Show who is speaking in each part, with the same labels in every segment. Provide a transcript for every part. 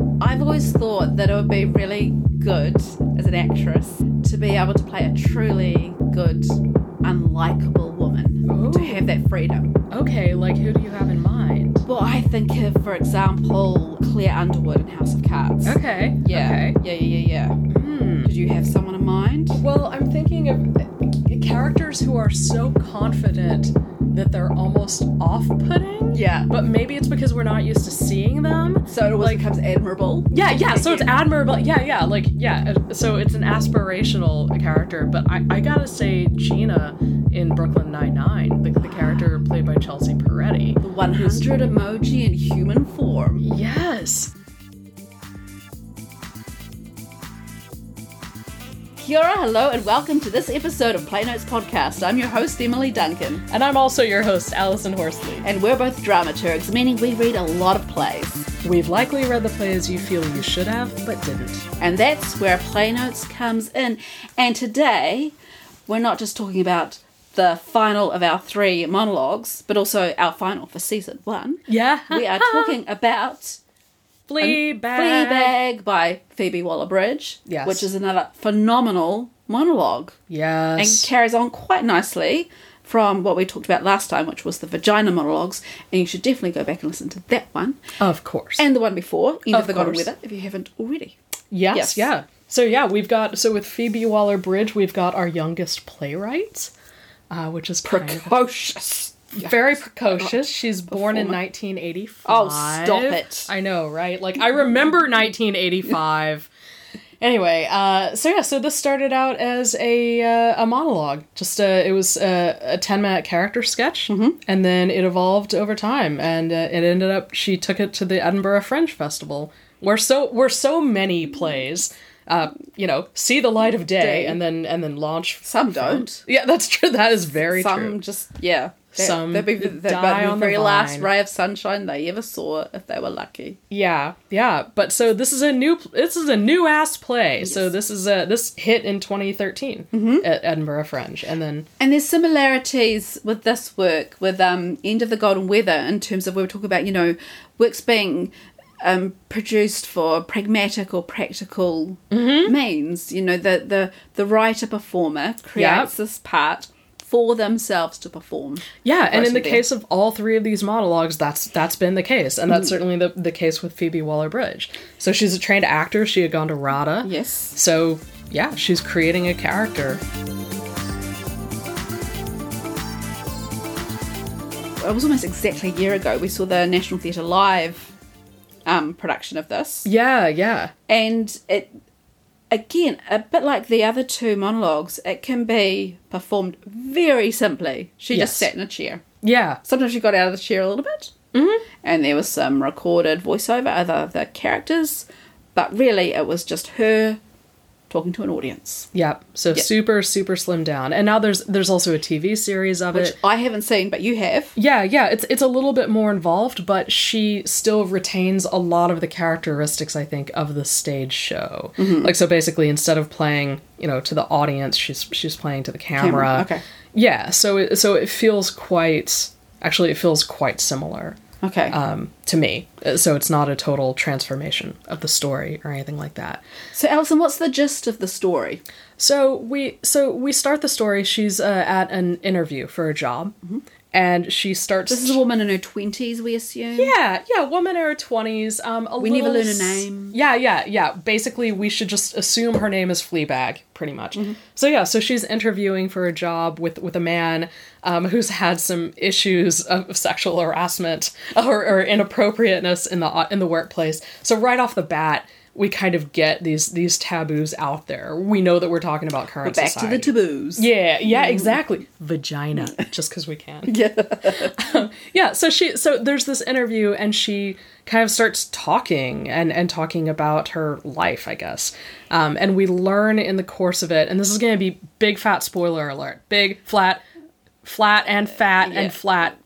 Speaker 1: always thought that it would be really good as an actress to be able to play a truly good, unlikable woman, to
Speaker 2: Ooh.
Speaker 1: have that freedom.
Speaker 2: Okay, like who do you have in mind?
Speaker 1: Well, I think of, for example, Claire Underwood in House of Cards.
Speaker 2: Okay.
Speaker 1: Yeah.
Speaker 2: Okay.
Speaker 1: Yeah, yeah, yeah, yeah.
Speaker 2: Hmm.
Speaker 1: Did you have someone in mind?
Speaker 2: Well, I'm thinking of uh, characters who are so confident that they're almost off-putting,
Speaker 1: Yeah.
Speaker 2: but maybe it's because we're not used to seeing them.
Speaker 1: So it always
Speaker 2: Like-
Speaker 1: becomes admirable.
Speaker 2: Yeah, yeah. So it's admirable. Yeah, yeah. Like, yeah. uh, So it's an aspirational character, but I, I gotta say Gina in Brooklyn Nine Nine, the, the character played by Chelsea Peretti.
Speaker 1: The 100 emoji in human form.
Speaker 2: Yes.
Speaker 1: Kia ora, hello, and welcome to this episode of Play Notes Podcast. I'm your host, Emily Duncan,
Speaker 2: And I'm also your host, Allison Horsley.
Speaker 1: and we're both dramaturgs, meaning we read a lot of plays.
Speaker 2: We've likely read the plays you feel you should have, but didn't.
Speaker 1: And that's where Play Notes comes in. And today, we're not just talking about the final of our three monologues, but also our final for season one.
Speaker 2: Yeah.
Speaker 1: We are talking about
Speaker 2: Fleabag.
Speaker 1: Fleabag by Phoebe Waller-Bridge,
Speaker 2: Yes.
Speaker 1: which is another phenomenal monologue. and
Speaker 2: Yes.
Speaker 1: carries on quite nicely from what we talked about last time, which was the vagina monologues. And you should definitely go back and listen to that one
Speaker 2: of course.
Speaker 1: and the one before, End of,
Speaker 2: Of
Speaker 1: the Gone
Speaker 2: course.
Speaker 1: Weather, if you haven't already.
Speaker 2: yes,
Speaker 1: yes.
Speaker 2: Yeah. So yeah, we've got so with Phoebe Waller Bridge, we've got our youngest playwright, uh, which is kind of-
Speaker 1: Precocious.
Speaker 2: very precocious. She's born in 1985.
Speaker 1: Oh, stop it.
Speaker 2: I know, right? Like I remember 1985. anyway, uh, so yeah, so this started out as a uh, a monologue. Just uh, it was a, a 10 minute character sketch,
Speaker 1: Mm-hmm.
Speaker 2: and then it evolved over time, and uh, it ended up she took it to the Edinburgh Fringe Festival, where so where so many plays. Uh, you know, see the light of day,
Speaker 1: Day.
Speaker 2: and then and then launch.
Speaker 1: Some don't.
Speaker 2: Yeah, that's true. That is very
Speaker 1: Some
Speaker 2: true.
Speaker 1: just, yeah. That,
Speaker 2: Some
Speaker 1: That'd be the, that'd
Speaker 2: die
Speaker 1: be the
Speaker 2: on the
Speaker 1: very last
Speaker 2: vine.
Speaker 1: ray of sunshine they ever saw, if they were lucky.
Speaker 2: Yeah, yeah. But so this is a new this is a new ass play. So this is a this hit in 2013 at Edinburgh Fringe, and then
Speaker 1: And there's similarities with this work, with um, End of the Golden Weather, in terms of we were talking about, you know, works being um, produced for pragmatic or practical
Speaker 2: Mm-hmm.
Speaker 1: means. You know, the, the, the writer performer creates this part for themselves to perform.
Speaker 2: yeah, and in the
Speaker 1: Varsity.
Speaker 2: case of all three of these monologues, that's that's been the case, and that's certainly the the case with Phoebe Waller Bridge. So she's a trained actor. She had gone to RADA.
Speaker 1: Yes.
Speaker 2: So yeah, she's creating a character.
Speaker 1: It was almost exactly a year ago we saw the National Theatre Live um, production of this.
Speaker 2: Yeah, yeah.
Speaker 1: and it again a bit like the other two monologues it can be performed very simply she
Speaker 2: Yes.
Speaker 1: just sat in a chair
Speaker 2: Yeah.
Speaker 1: sometimes she got out of the chair a little bit mm-hmm. and there was some recorded voiceover of the, of the characters but really it was just her talking to an audience
Speaker 2: Yeah. So super super slim down. And now there's there's also a TV series of
Speaker 1: which
Speaker 2: it.
Speaker 1: i haven't seen but you have
Speaker 2: Yeah, yeah, it's it's a little bit more involved, but she still retains a lot of the characteristics I think of the stage show.
Speaker 1: Mm-hmm.
Speaker 2: Like so basically instead of playing, you know, to the audience, she's she's playing to the camera.
Speaker 1: Camera, okay.
Speaker 2: Yeah, so it so it feels quite actually it feels quite similar
Speaker 1: okay
Speaker 2: um to me. Uh, So it's not a total transformation of the story or anything like that.
Speaker 1: so alison what's the gist of the story
Speaker 2: So we so we start the story she's uh, at an interview for a job and she starts
Speaker 1: Mm-hmm. this is a woman in her 20s we assume
Speaker 2: Yeah, yeah, woman in her twenties. Um, a
Speaker 1: We never
Speaker 2: little
Speaker 1: learn her
Speaker 2: s-
Speaker 1: name.
Speaker 2: Yeah, yeah, yeah. Basically, we should just assume her name is Fleabag, pretty much.
Speaker 1: Mm-hmm.
Speaker 2: So yeah, so she's interviewing for a job with with a man um, who's had some issues of sexual harassment or, or inappropriateness in the in the workplace. So right off the bat. We kind of get these these taboos out there. We know that we're talking about current
Speaker 1: back to
Speaker 2: society.
Speaker 1: the taboos
Speaker 2: Yeah, yeah, exactly. Vagina, just because we can. Yeah. yeah, so she so there's this interview and she kind of starts talking and and talking about her life, I guess. Um, and we learn in the course of it, and this is gonna be big fat spoiler alert. Big, flat, flat and fat
Speaker 1: Yeah.
Speaker 2: and flat.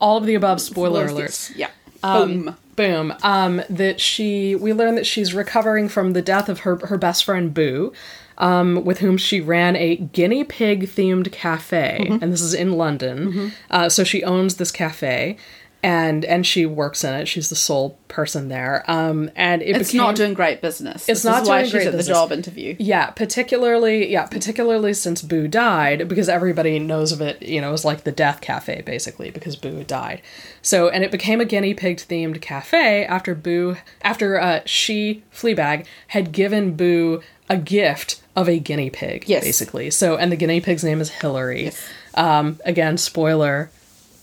Speaker 2: All of the above spoiler alerts
Speaker 1: yeah boom
Speaker 2: boom um that she we learn that she's recovering from the death of her her best friend boo um, with whom she ran a guinea
Speaker 1: Mm-hmm.
Speaker 2: pig themed cafe and this is in london uh, so she owns this cafe and and she works in it. She's the sole person there. Um, and it
Speaker 1: It's
Speaker 2: became,
Speaker 1: not doing great business. This
Speaker 2: not
Speaker 1: is why
Speaker 2: doing
Speaker 1: she's
Speaker 2: great
Speaker 1: at the
Speaker 2: business.
Speaker 1: job interview.
Speaker 2: Yeah, particularly yeah, particularly since Boo died, because everybody knows of it, you know, it was like the death cafe basically, because Boo died. So and it became a guinea pig themed cafe after Boo after uh she, Fleabag, had given Boo a gift of a guinea pig,
Speaker 1: Yes.
Speaker 2: basically. So and the guinea pig's name is Hillary. Um again, spoiler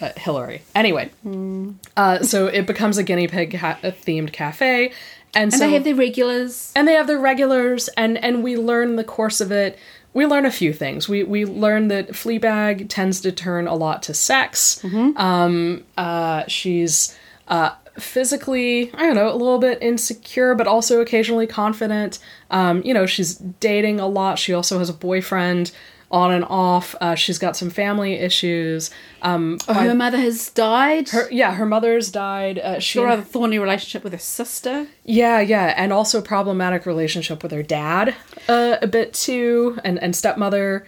Speaker 2: uh, Hillary. Anyway,
Speaker 1: Hmm.
Speaker 2: uh, so it becomes a guinea pig ca- themed cafe, and,
Speaker 1: And
Speaker 2: so
Speaker 1: they have their regulars.
Speaker 2: and they have their regulars and and we learn the course of it we learn a few things we we learn that fleabag tends to turn a lot to sex um uh she's uh physically i don't know a little bit insecure but also occasionally confident um you know she's dating a lot she also has a boyfriend on and off uh, she's got some family issues um
Speaker 1: Her mother has died. Her,
Speaker 2: yeah her mother's died uh, she
Speaker 1: a rather thorny relationship with her sister.
Speaker 2: yeah, yeah, and also problematic relationship with her dad uh, a bit too, and and stepmother.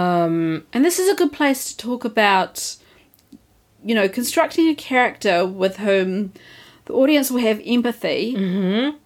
Speaker 1: And this is a good place to talk about, you know, constructing a character with whom the audience will have empathy, mm-hmm.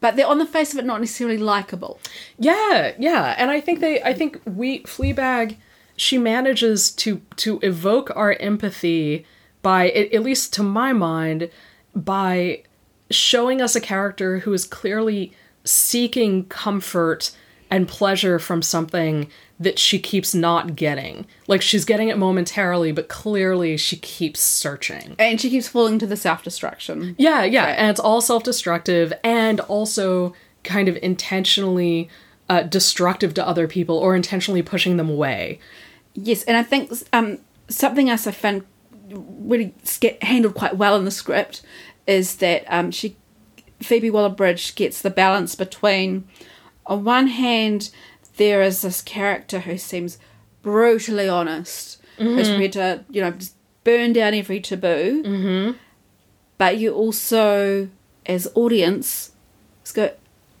Speaker 1: but they're on the face of it not necessarily likable.
Speaker 2: Yeah, yeah, and I think they, I think we Fleabag, she manages to to evoke our empathy by, at at least to my mind, by showing us a character who is clearly seeking comfort and pleasure from something that she keeps not getting. Like she's getting it momentarily, but clearly she keeps searching.
Speaker 1: And she keeps falling to the self destruction.
Speaker 2: Yeah, yeah, and it's all self-destructive and also kind of intentionally uh, destructive to other people or intentionally pushing them away.
Speaker 1: Yes, and I think um, something else I found really sca- handled quite well in the script is that um, she, Phoebe Waller-Bridge, gets the balance between, on one hand, there is this character who seems brutally honest, who's
Speaker 2: Mm-hmm.
Speaker 1: ready to you know just burn down every taboo, mm-hmm. but you also, as audience, just go,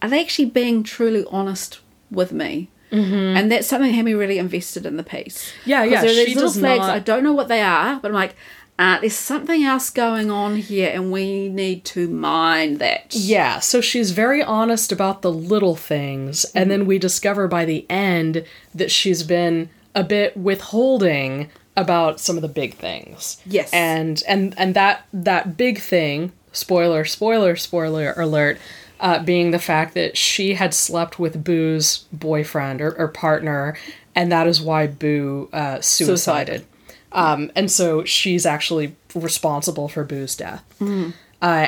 Speaker 1: are they actually being truly honest with me? Mm-hmm. And that's something that had me really invested in the piece.
Speaker 2: Yeah,
Speaker 1: 'Cause
Speaker 2: yeah,
Speaker 1: There are these
Speaker 2: she
Speaker 1: little
Speaker 2: does
Speaker 1: flags.
Speaker 2: not-
Speaker 1: I don't know what they are, but I'm like, uh, there's something else going on here, and we need to mind that.
Speaker 2: Yeah, so she's very honest about the little things, and then we discover by the end that she's been a bit withholding about some of the big things.
Speaker 1: Yes.
Speaker 2: and and and that that big thing, spoiler, spoiler, spoiler alert, uh, being the fact that she had slept with Boo's boyfriend or, or partner, and that is why Boo uh, suicided. Um, and so she's actually responsible for Boo's death. Uh,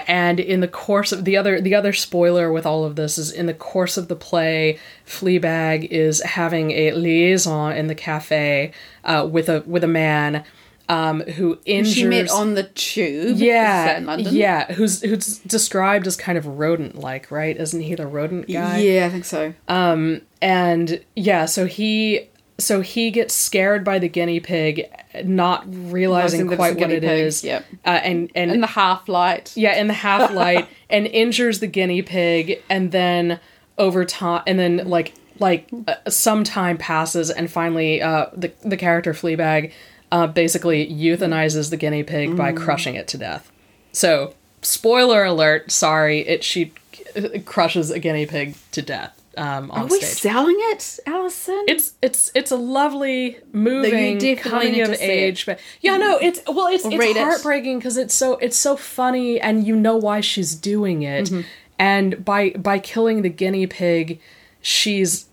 Speaker 2: and in the course of the other the other spoiler with all of this is in the course of the play, Fleabag is having a liaison in the cafe uh, with a with a man um, who injures
Speaker 1: She met on the tube. is
Speaker 2: yeah
Speaker 1: that in London.
Speaker 2: yeah who's who's described as kind of rodent like right isn't he the rodent guy
Speaker 1: Yeah, I think so.
Speaker 2: Um, and yeah so he so he gets scared by the guinea pig not realizing
Speaker 1: Realizing that it's
Speaker 2: quite
Speaker 1: a
Speaker 2: what
Speaker 1: guinea
Speaker 2: it
Speaker 1: pig,
Speaker 2: is
Speaker 1: yep.
Speaker 2: uh, and and
Speaker 1: in the half light.
Speaker 2: yeah in the half light and injures the guinea pig and then over time and then like like uh, some time passes and finally uh the the character fleabag uh basically euthanizes the guinea pig
Speaker 1: Mm.
Speaker 2: by crushing it to death so spoiler alert sorry it she uh, crushes a guinea pig to death um on
Speaker 1: Are we
Speaker 2: stage
Speaker 1: selling it, Alison?
Speaker 2: it's it's it's a lovely moving
Speaker 1: definitely
Speaker 2: coming
Speaker 1: need
Speaker 2: of
Speaker 1: to see
Speaker 2: age but yeah no it's well it's
Speaker 1: read
Speaker 2: it's
Speaker 1: it.
Speaker 2: heartbreaking because it's so it's so funny and you know why she's doing it
Speaker 1: Mm-hmm.
Speaker 2: and by by killing the guinea pig she's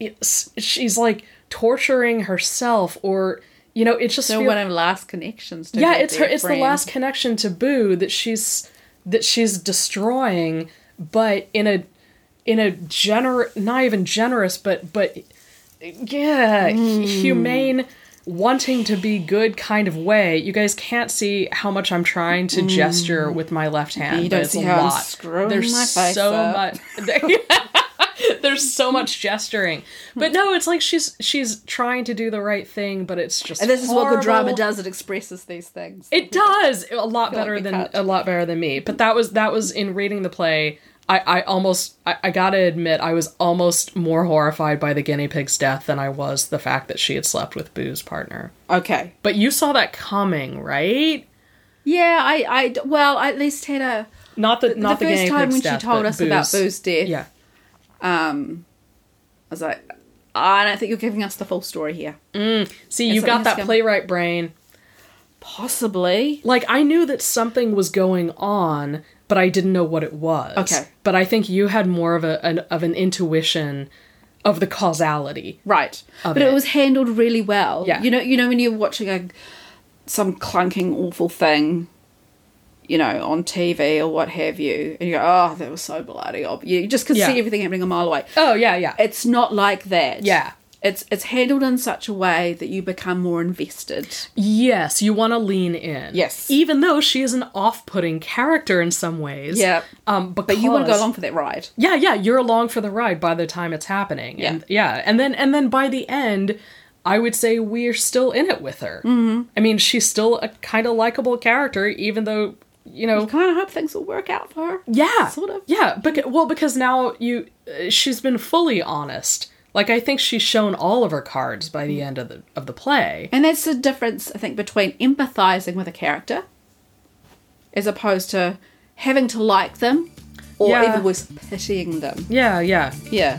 Speaker 2: it's- she's like torturing herself or you know it's just
Speaker 1: so
Speaker 2: feel-
Speaker 1: one of the last connections. To
Speaker 2: yeah it's her it's
Speaker 1: friend.
Speaker 2: the last connection to boo that she's that she's destroying but in a in a gener not even generous but but yeah
Speaker 1: Hmm.
Speaker 2: hu- humane wanting to be good kind of way you guys can't see how much i'm trying to gesture with my left hand
Speaker 1: Hmm. you
Speaker 2: but
Speaker 1: don't
Speaker 2: it's
Speaker 1: see
Speaker 2: a
Speaker 1: how I'm
Speaker 2: lot
Speaker 1: screwing
Speaker 2: there's
Speaker 1: my face
Speaker 2: so
Speaker 1: up.
Speaker 2: much there's so much gesturing but no it's like she's she's trying to do the right thing but it's just
Speaker 1: And this is what good drama
Speaker 2: horrible.
Speaker 1: does. It expresses these things.
Speaker 2: It does a lot better
Speaker 1: like they
Speaker 2: than
Speaker 1: cut.
Speaker 2: a lot better than me. But that was that was in reading the play. I, I almost I, I gotta admit I was almost more horrified by the guinea pig's death than I was the fact that she had slept with Boo's partner.
Speaker 1: okay.
Speaker 2: But you saw that coming, right?
Speaker 1: Yeah, I, I d- well, I at least had a
Speaker 2: Not the, not the,
Speaker 1: the first
Speaker 2: guinea
Speaker 1: time
Speaker 2: pig's
Speaker 1: when
Speaker 2: death,
Speaker 1: she told
Speaker 2: but
Speaker 1: us about
Speaker 2: Boo's-
Speaker 1: Boo's death.
Speaker 2: Yeah.
Speaker 1: I was like, I don't think you're giving us the full story here.
Speaker 2: See,
Speaker 1: It's
Speaker 2: you've
Speaker 1: something that's
Speaker 2: got that
Speaker 1: gonna-
Speaker 2: playwright brain.
Speaker 1: Possibly.
Speaker 2: Like I knew that something was going on, but I didn't know what it was.
Speaker 1: Okay.
Speaker 2: But I think you had more of a an, of an intuition of the causality.
Speaker 1: Right.
Speaker 2: Of
Speaker 1: But it.
Speaker 2: it.
Speaker 1: was handled really well.
Speaker 2: Yeah.
Speaker 1: You know you know when you're watching a some clunking awful thing, you know, on TV or what have you, and you go, Oh, that was so bloody obvious. You just can
Speaker 2: Yeah.
Speaker 1: see everything happening a mile away.
Speaker 2: Oh yeah, yeah.
Speaker 1: It's not like that.
Speaker 2: Yeah.
Speaker 1: It's it's handled in such a way that you become more invested.
Speaker 2: Yes, you want to lean in.
Speaker 1: Yes.
Speaker 2: Even though she is an off-putting character in some ways.
Speaker 1: Yeah.
Speaker 2: Um, because,
Speaker 1: But you want to go along for that ride.
Speaker 2: Yeah, yeah. You're along for the ride by the time it's happening.
Speaker 1: Yeah.
Speaker 2: And, yeah. And then and then by the end, I would say we're still in it with her. Mm-hmm. I mean, she's still a kind of likable character, even though you know
Speaker 1: I kind of hope things will work out for her.
Speaker 2: Yeah,
Speaker 1: Sort of.
Speaker 2: Yeah, but well, because now you, uh, she's been fully honest. Like I think she's shown all of her cards by
Speaker 1: Mm-hmm.
Speaker 2: the end of the of the play.
Speaker 1: And that's the difference, I think, between empathizing with a character as opposed to having to like them or
Speaker 2: Yeah.
Speaker 1: even worse, pitying them.
Speaker 2: Yeah, yeah.
Speaker 1: Yeah.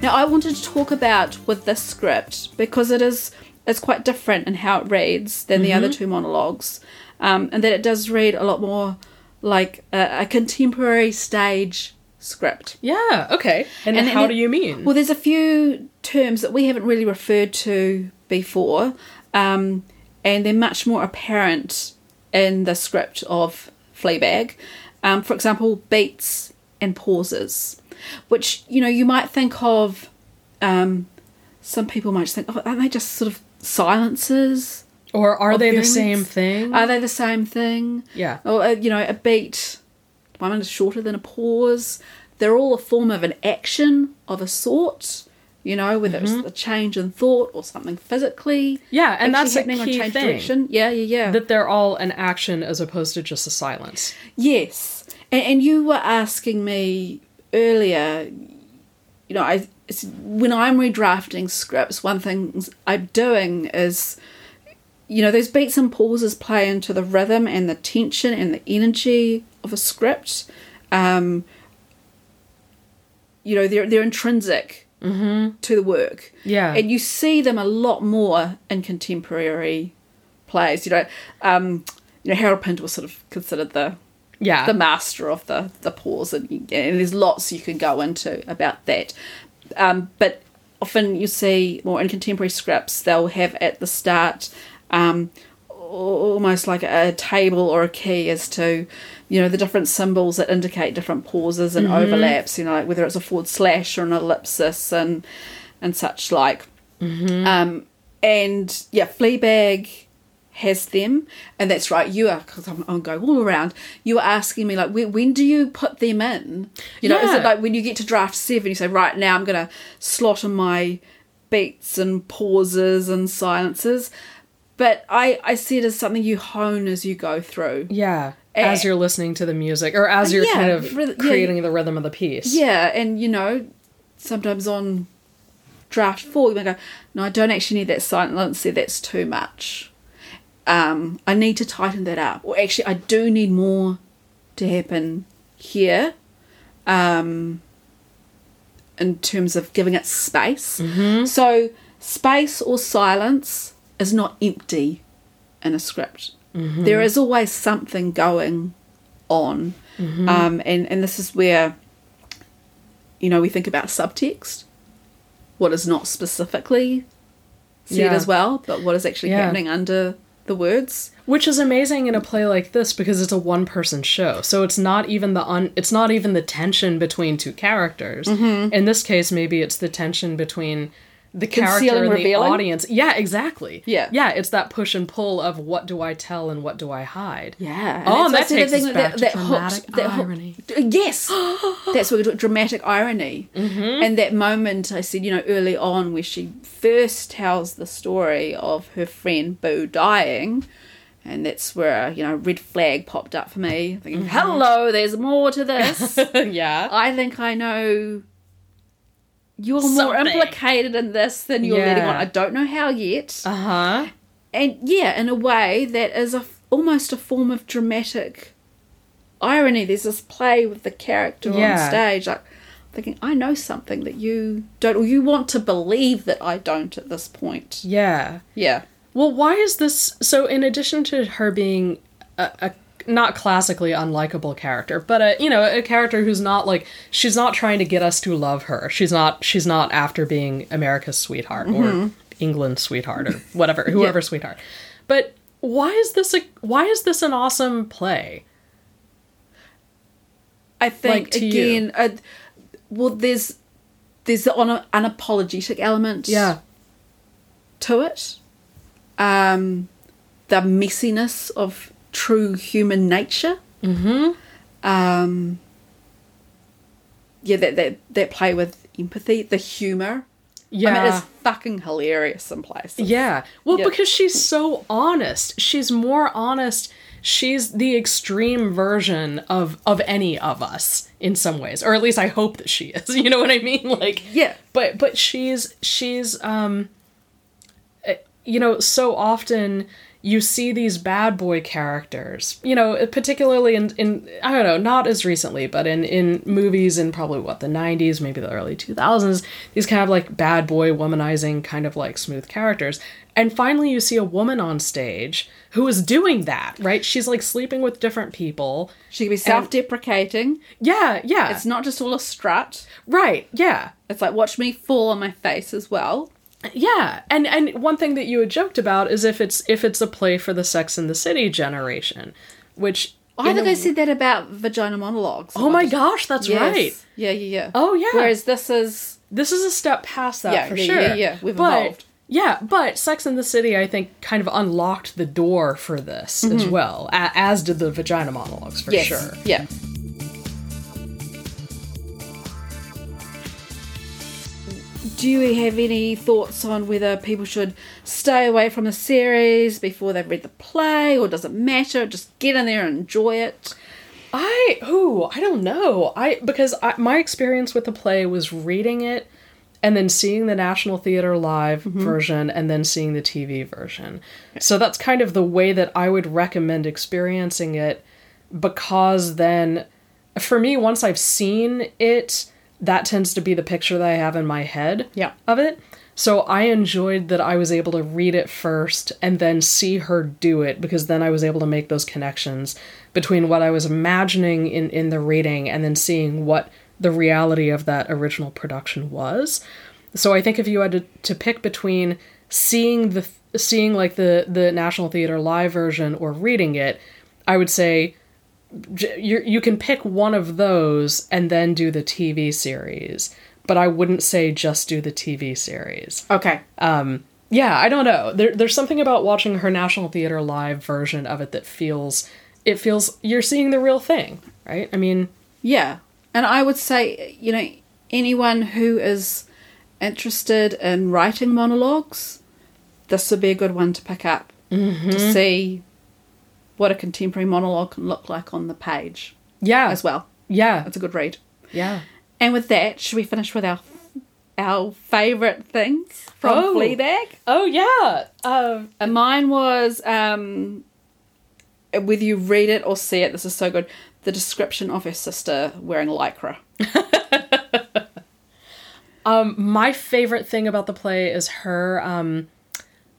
Speaker 1: Now, I wanted to talk about with this script because it is it's quite different in how it reads than the other two monologues, um, and that it does read a lot more like a, a contemporary stage script.
Speaker 2: Yeah, okay. And,
Speaker 1: And-
Speaker 2: how
Speaker 1: and-
Speaker 2: do you mean?
Speaker 1: Well, there's a few terms that we haven't really referred to before, um, and they're much more apparent in the script of Fleabag. Um, for example, beats and pauses, which you know you might think of. Um, some people might just think, oh, aren't they just sort of silences?
Speaker 2: or are
Speaker 1: Or
Speaker 2: they the
Speaker 1: feelings?
Speaker 2: same thing?
Speaker 1: Are they the same thing?
Speaker 2: Yeah.
Speaker 1: Or, uh, you know, a beat, one is shorter than a pause. They're all a form of an action of a sort, you know, whether it's a change in thought or something physically.
Speaker 2: Yeah, Mm-hmm. and that's a
Speaker 1: actually happening or
Speaker 2: key
Speaker 1: change
Speaker 2: thing.
Speaker 1: Direction. Yeah, yeah, yeah.
Speaker 2: that they're all an action as opposed to just a silence.
Speaker 1: yes. And, and you were asking me earlier, you know, I it's, when I'm redrafting scripts, one thing I'm doing is, you know, those beats and pauses play into the rhythm and the tension and the energy of a script. Um, you know, they're they're intrinsic to the work.
Speaker 2: Yeah.
Speaker 1: and you see them a lot more in contemporary plays. You know, um, you know, Harold Pinter was sort of considered the
Speaker 2: Yeah.
Speaker 1: the master of the the pause and, and there's lots you can go into about that um, but often you see more in contemporary scripts they'll have at the start um, al- almost like a table or a key as to you know the different symbols that indicate different pauses and overlaps you know like whether it's a forward slash or an ellipsis and and such like um, and yeah, Fleabag has them, and that's right. You are because I'm, I'm going all around. You were asking me like, when, when do you put them in? You know, is it
Speaker 2: Yeah.
Speaker 1: like when you get to draft seven, you say, right now I'm gonna slot in my beats and pauses and silences. But I, I see it as something you hone as you go through.
Speaker 2: yeah.
Speaker 1: Eh.
Speaker 2: As you're listening to the music, or as you're
Speaker 1: Yeah,
Speaker 2: kind of
Speaker 1: really- yeah.
Speaker 2: creating the Uh, rhythm of the piece.
Speaker 1: Yeah, and you know, sometimes on draft four, you might go, no, I don't actually need that silence there. That's too much. Um, I need to tighten that up. Or actually, I do need more to happen here. Um, in terms of giving it space.
Speaker 2: Mm-hmm.
Speaker 1: So space or silence is not empty in a script.
Speaker 2: Mm-hmm.
Speaker 1: There is always something going on.
Speaker 2: Mm-hmm.
Speaker 1: Um, and, and this is where, you know, we think about subtext, what is not specifically said
Speaker 2: Yeah.
Speaker 1: as well, but what is actually
Speaker 2: Yeah.
Speaker 1: happening under the words.
Speaker 2: which is amazing in a play like this because it's a one person show so it's not even the un- it's not even the tension between two characters
Speaker 1: Mm-hmm.
Speaker 2: in this case maybe it's the tension between the character
Speaker 1: Concealing,
Speaker 2: and the
Speaker 1: revealing?
Speaker 2: audience yeah exactly
Speaker 1: Yeah.
Speaker 2: yeah it's that push and pull of what do i tell and what do i hide
Speaker 1: Yeah.
Speaker 2: Oh,
Speaker 1: and that's
Speaker 2: that
Speaker 1: why I
Speaker 2: takes
Speaker 1: said
Speaker 2: us
Speaker 1: the thing
Speaker 2: back to
Speaker 1: hooked-
Speaker 2: dramatic
Speaker 1: hooked-
Speaker 2: irony.
Speaker 1: yes, that's what we talk dramatic irony.
Speaker 2: Mm-hmm.
Speaker 1: And that moment I said, you know, early on where she first tells the story of her friend Boo dying, and that's where you know a red flag popped up for me,
Speaker 2: Mm-hmm.
Speaker 1: thinking, hello, there's more to this.
Speaker 2: yeah
Speaker 1: I think I know you're more
Speaker 2: Something.
Speaker 1: implicated in this than you're letting
Speaker 2: Yeah.
Speaker 1: on. I don't know how yet.
Speaker 2: Uh huh.
Speaker 1: and yeah, in a way that is a f- almost a form of dramatic irony. There's this play with the character
Speaker 2: Yeah.
Speaker 1: on stage, like thinking, I know something that you don't, or you want to believe that I don't at this point.
Speaker 2: Yeah.
Speaker 1: Yeah,
Speaker 2: Well, why is this? So, in addition to her being a, a not classically unlikable character, but a you know a character who's not like she's not trying to get us to love her. She's not she's not after being America's sweetheart or England's sweetheart or whatever whoever sweetheart. But why is this a why is this an awesome play?
Speaker 1: I think
Speaker 2: Like, to you.
Speaker 1: again, uh, well, there's there's the un- unapologetic element. to it. Um, the messiness of true human nature. Mm-hmm. Um, yeah, that, that that play with empathy, the humor.
Speaker 2: yeah.
Speaker 1: I mean, it's fucking hilarious in places.
Speaker 2: Yeah. Well,
Speaker 1: Yeah.
Speaker 2: because she's so honest. She's more honest. She's the extreme version of of any of us in some ways, or at least I hope that she is. You know what I mean? Like
Speaker 1: Yeah.
Speaker 2: But but she's she's um eh, you know, so often you see these bad boy characters. You know, particularly in in I don't know, not as recently, but in in movies in probably what the 90s, maybe the early 2000s, these kind of like bad boy womanizing kind of like smooth characters. And finally you see a woman on stage who is doing that, right? She's like sleeping with different people.
Speaker 1: She can be self-deprecating.
Speaker 2: Yeah, yeah.
Speaker 1: It's not just all a strut.
Speaker 2: right. Yeah.
Speaker 1: It's like watch me fall on my face as well.
Speaker 2: Yeah, and and one thing that you had joked about is if it's if it's a play for the Sex and the City generation, which
Speaker 1: Oh, I
Speaker 2: in
Speaker 1: think
Speaker 2: a-
Speaker 1: I said that about vagina monologues.
Speaker 2: oh my gosh, that's
Speaker 1: Yes.
Speaker 2: right.
Speaker 1: Yeah, yeah, yeah.
Speaker 2: Oh, yeah.
Speaker 1: Whereas this is
Speaker 2: This is a step past that
Speaker 1: Yeah,
Speaker 2: for
Speaker 1: yeah,
Speaker 2: sure.
Speaker 1: yeah, yeah. We've
Speaker 2: but,
Speaker 1: evolved.
Speaker 2: Yeah, but Sex and the City, I think, kind of unlocked the door for this as well, a- as did the vagina monologues for
Speaker 1: Mm-hmm. yes,
Speaker 2: sure.
Speaker 1: yeah. Do you have any thoughts on whether people should stay away from the series before they've read the play, or does it matter? Just get in there and enjoy it.
Speaker 2: I ooh, I don't know. I because I, my experience with the play was reading it and then seeing the National Theater live version and then seeing the TV version. So that's kind of the way that I would recommend experiencing it because then for me once I've seen it, that tends to be the picture that I have in my head
Speaker 1: Yeah.
Speaker 2: of it. So I enjoyed that I was able to read it first and then see her do it because then I was able to make those connections between what I was imagining in, in the reading and then seeing what the reality of that original production was. So I think if you had to, to pick between seeing the seeing like the the National Theater live version or reading it, I would say j- you you can pick one of those and then do the TV series. But I wouldn't say just do the TV series.
Speaker 1: Okay.
Speaker 2: Yeah, I don't know. There, there's something about watching her National Theater live version of it that feels it feels you're seeing the real thing, right? I mean,
Speaker 1: Yeah. And I would say, you know, anyone who is interested in writing monologues, this would be a good one to pick up to see what a contemporary monologue can look like on the page
Speaker 2: yeah,
Speaker 1: as well.
Speaker 2: yeah,
Speaker 1: That's a good read.
Speaker 2: yeah.
Speaker 1: And with that, should we finish with our our favourite things from
Speaker 2: Oh.
Speaker 1: Fleabag?
Speaker 2: Oh yeah. Um,
Speaker 1: And mine was um, whether you read it or see it. This is so good. The description of her sister wearing lycra.
Speaker 2: Um, my favorite thing about the play is her um,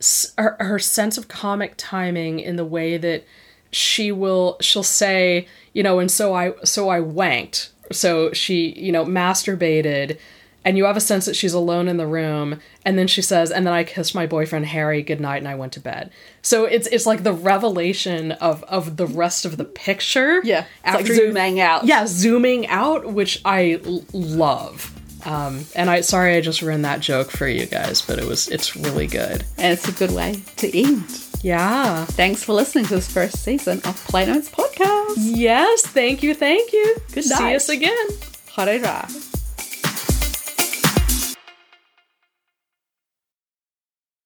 Speaker 2: s- her, her sense of comic timing in the way that she will she'll say you know and so I so I wanked so she you know masturbated and you have a sense that she's alone in the room and then she says and then I kissed my boyfriend Harry goodnight and I went to bed so it's it's like the revelation of of the rest of the picture
Speaker 1: Yeah, it's like
Speaker 2: after you-
Speaker 1: zooming out.
Speaker 2: yeah, zooming out, which I l- love. Um, and I sorry I just ruined that joke for you guys, but it was it's really good.
Speaker 1: And it's a good way to end.
Speaker 2: Yeah.
Speaker 1: Thanks for listening to this first season of Play Notes Podcast.
Speaker 2: Yes. Thank you. Thank you.
Speaker 1: Good
Speaker 2: See
Speaker 1: night.
Speaker 2: us again.
Speaker 1: Hare ra.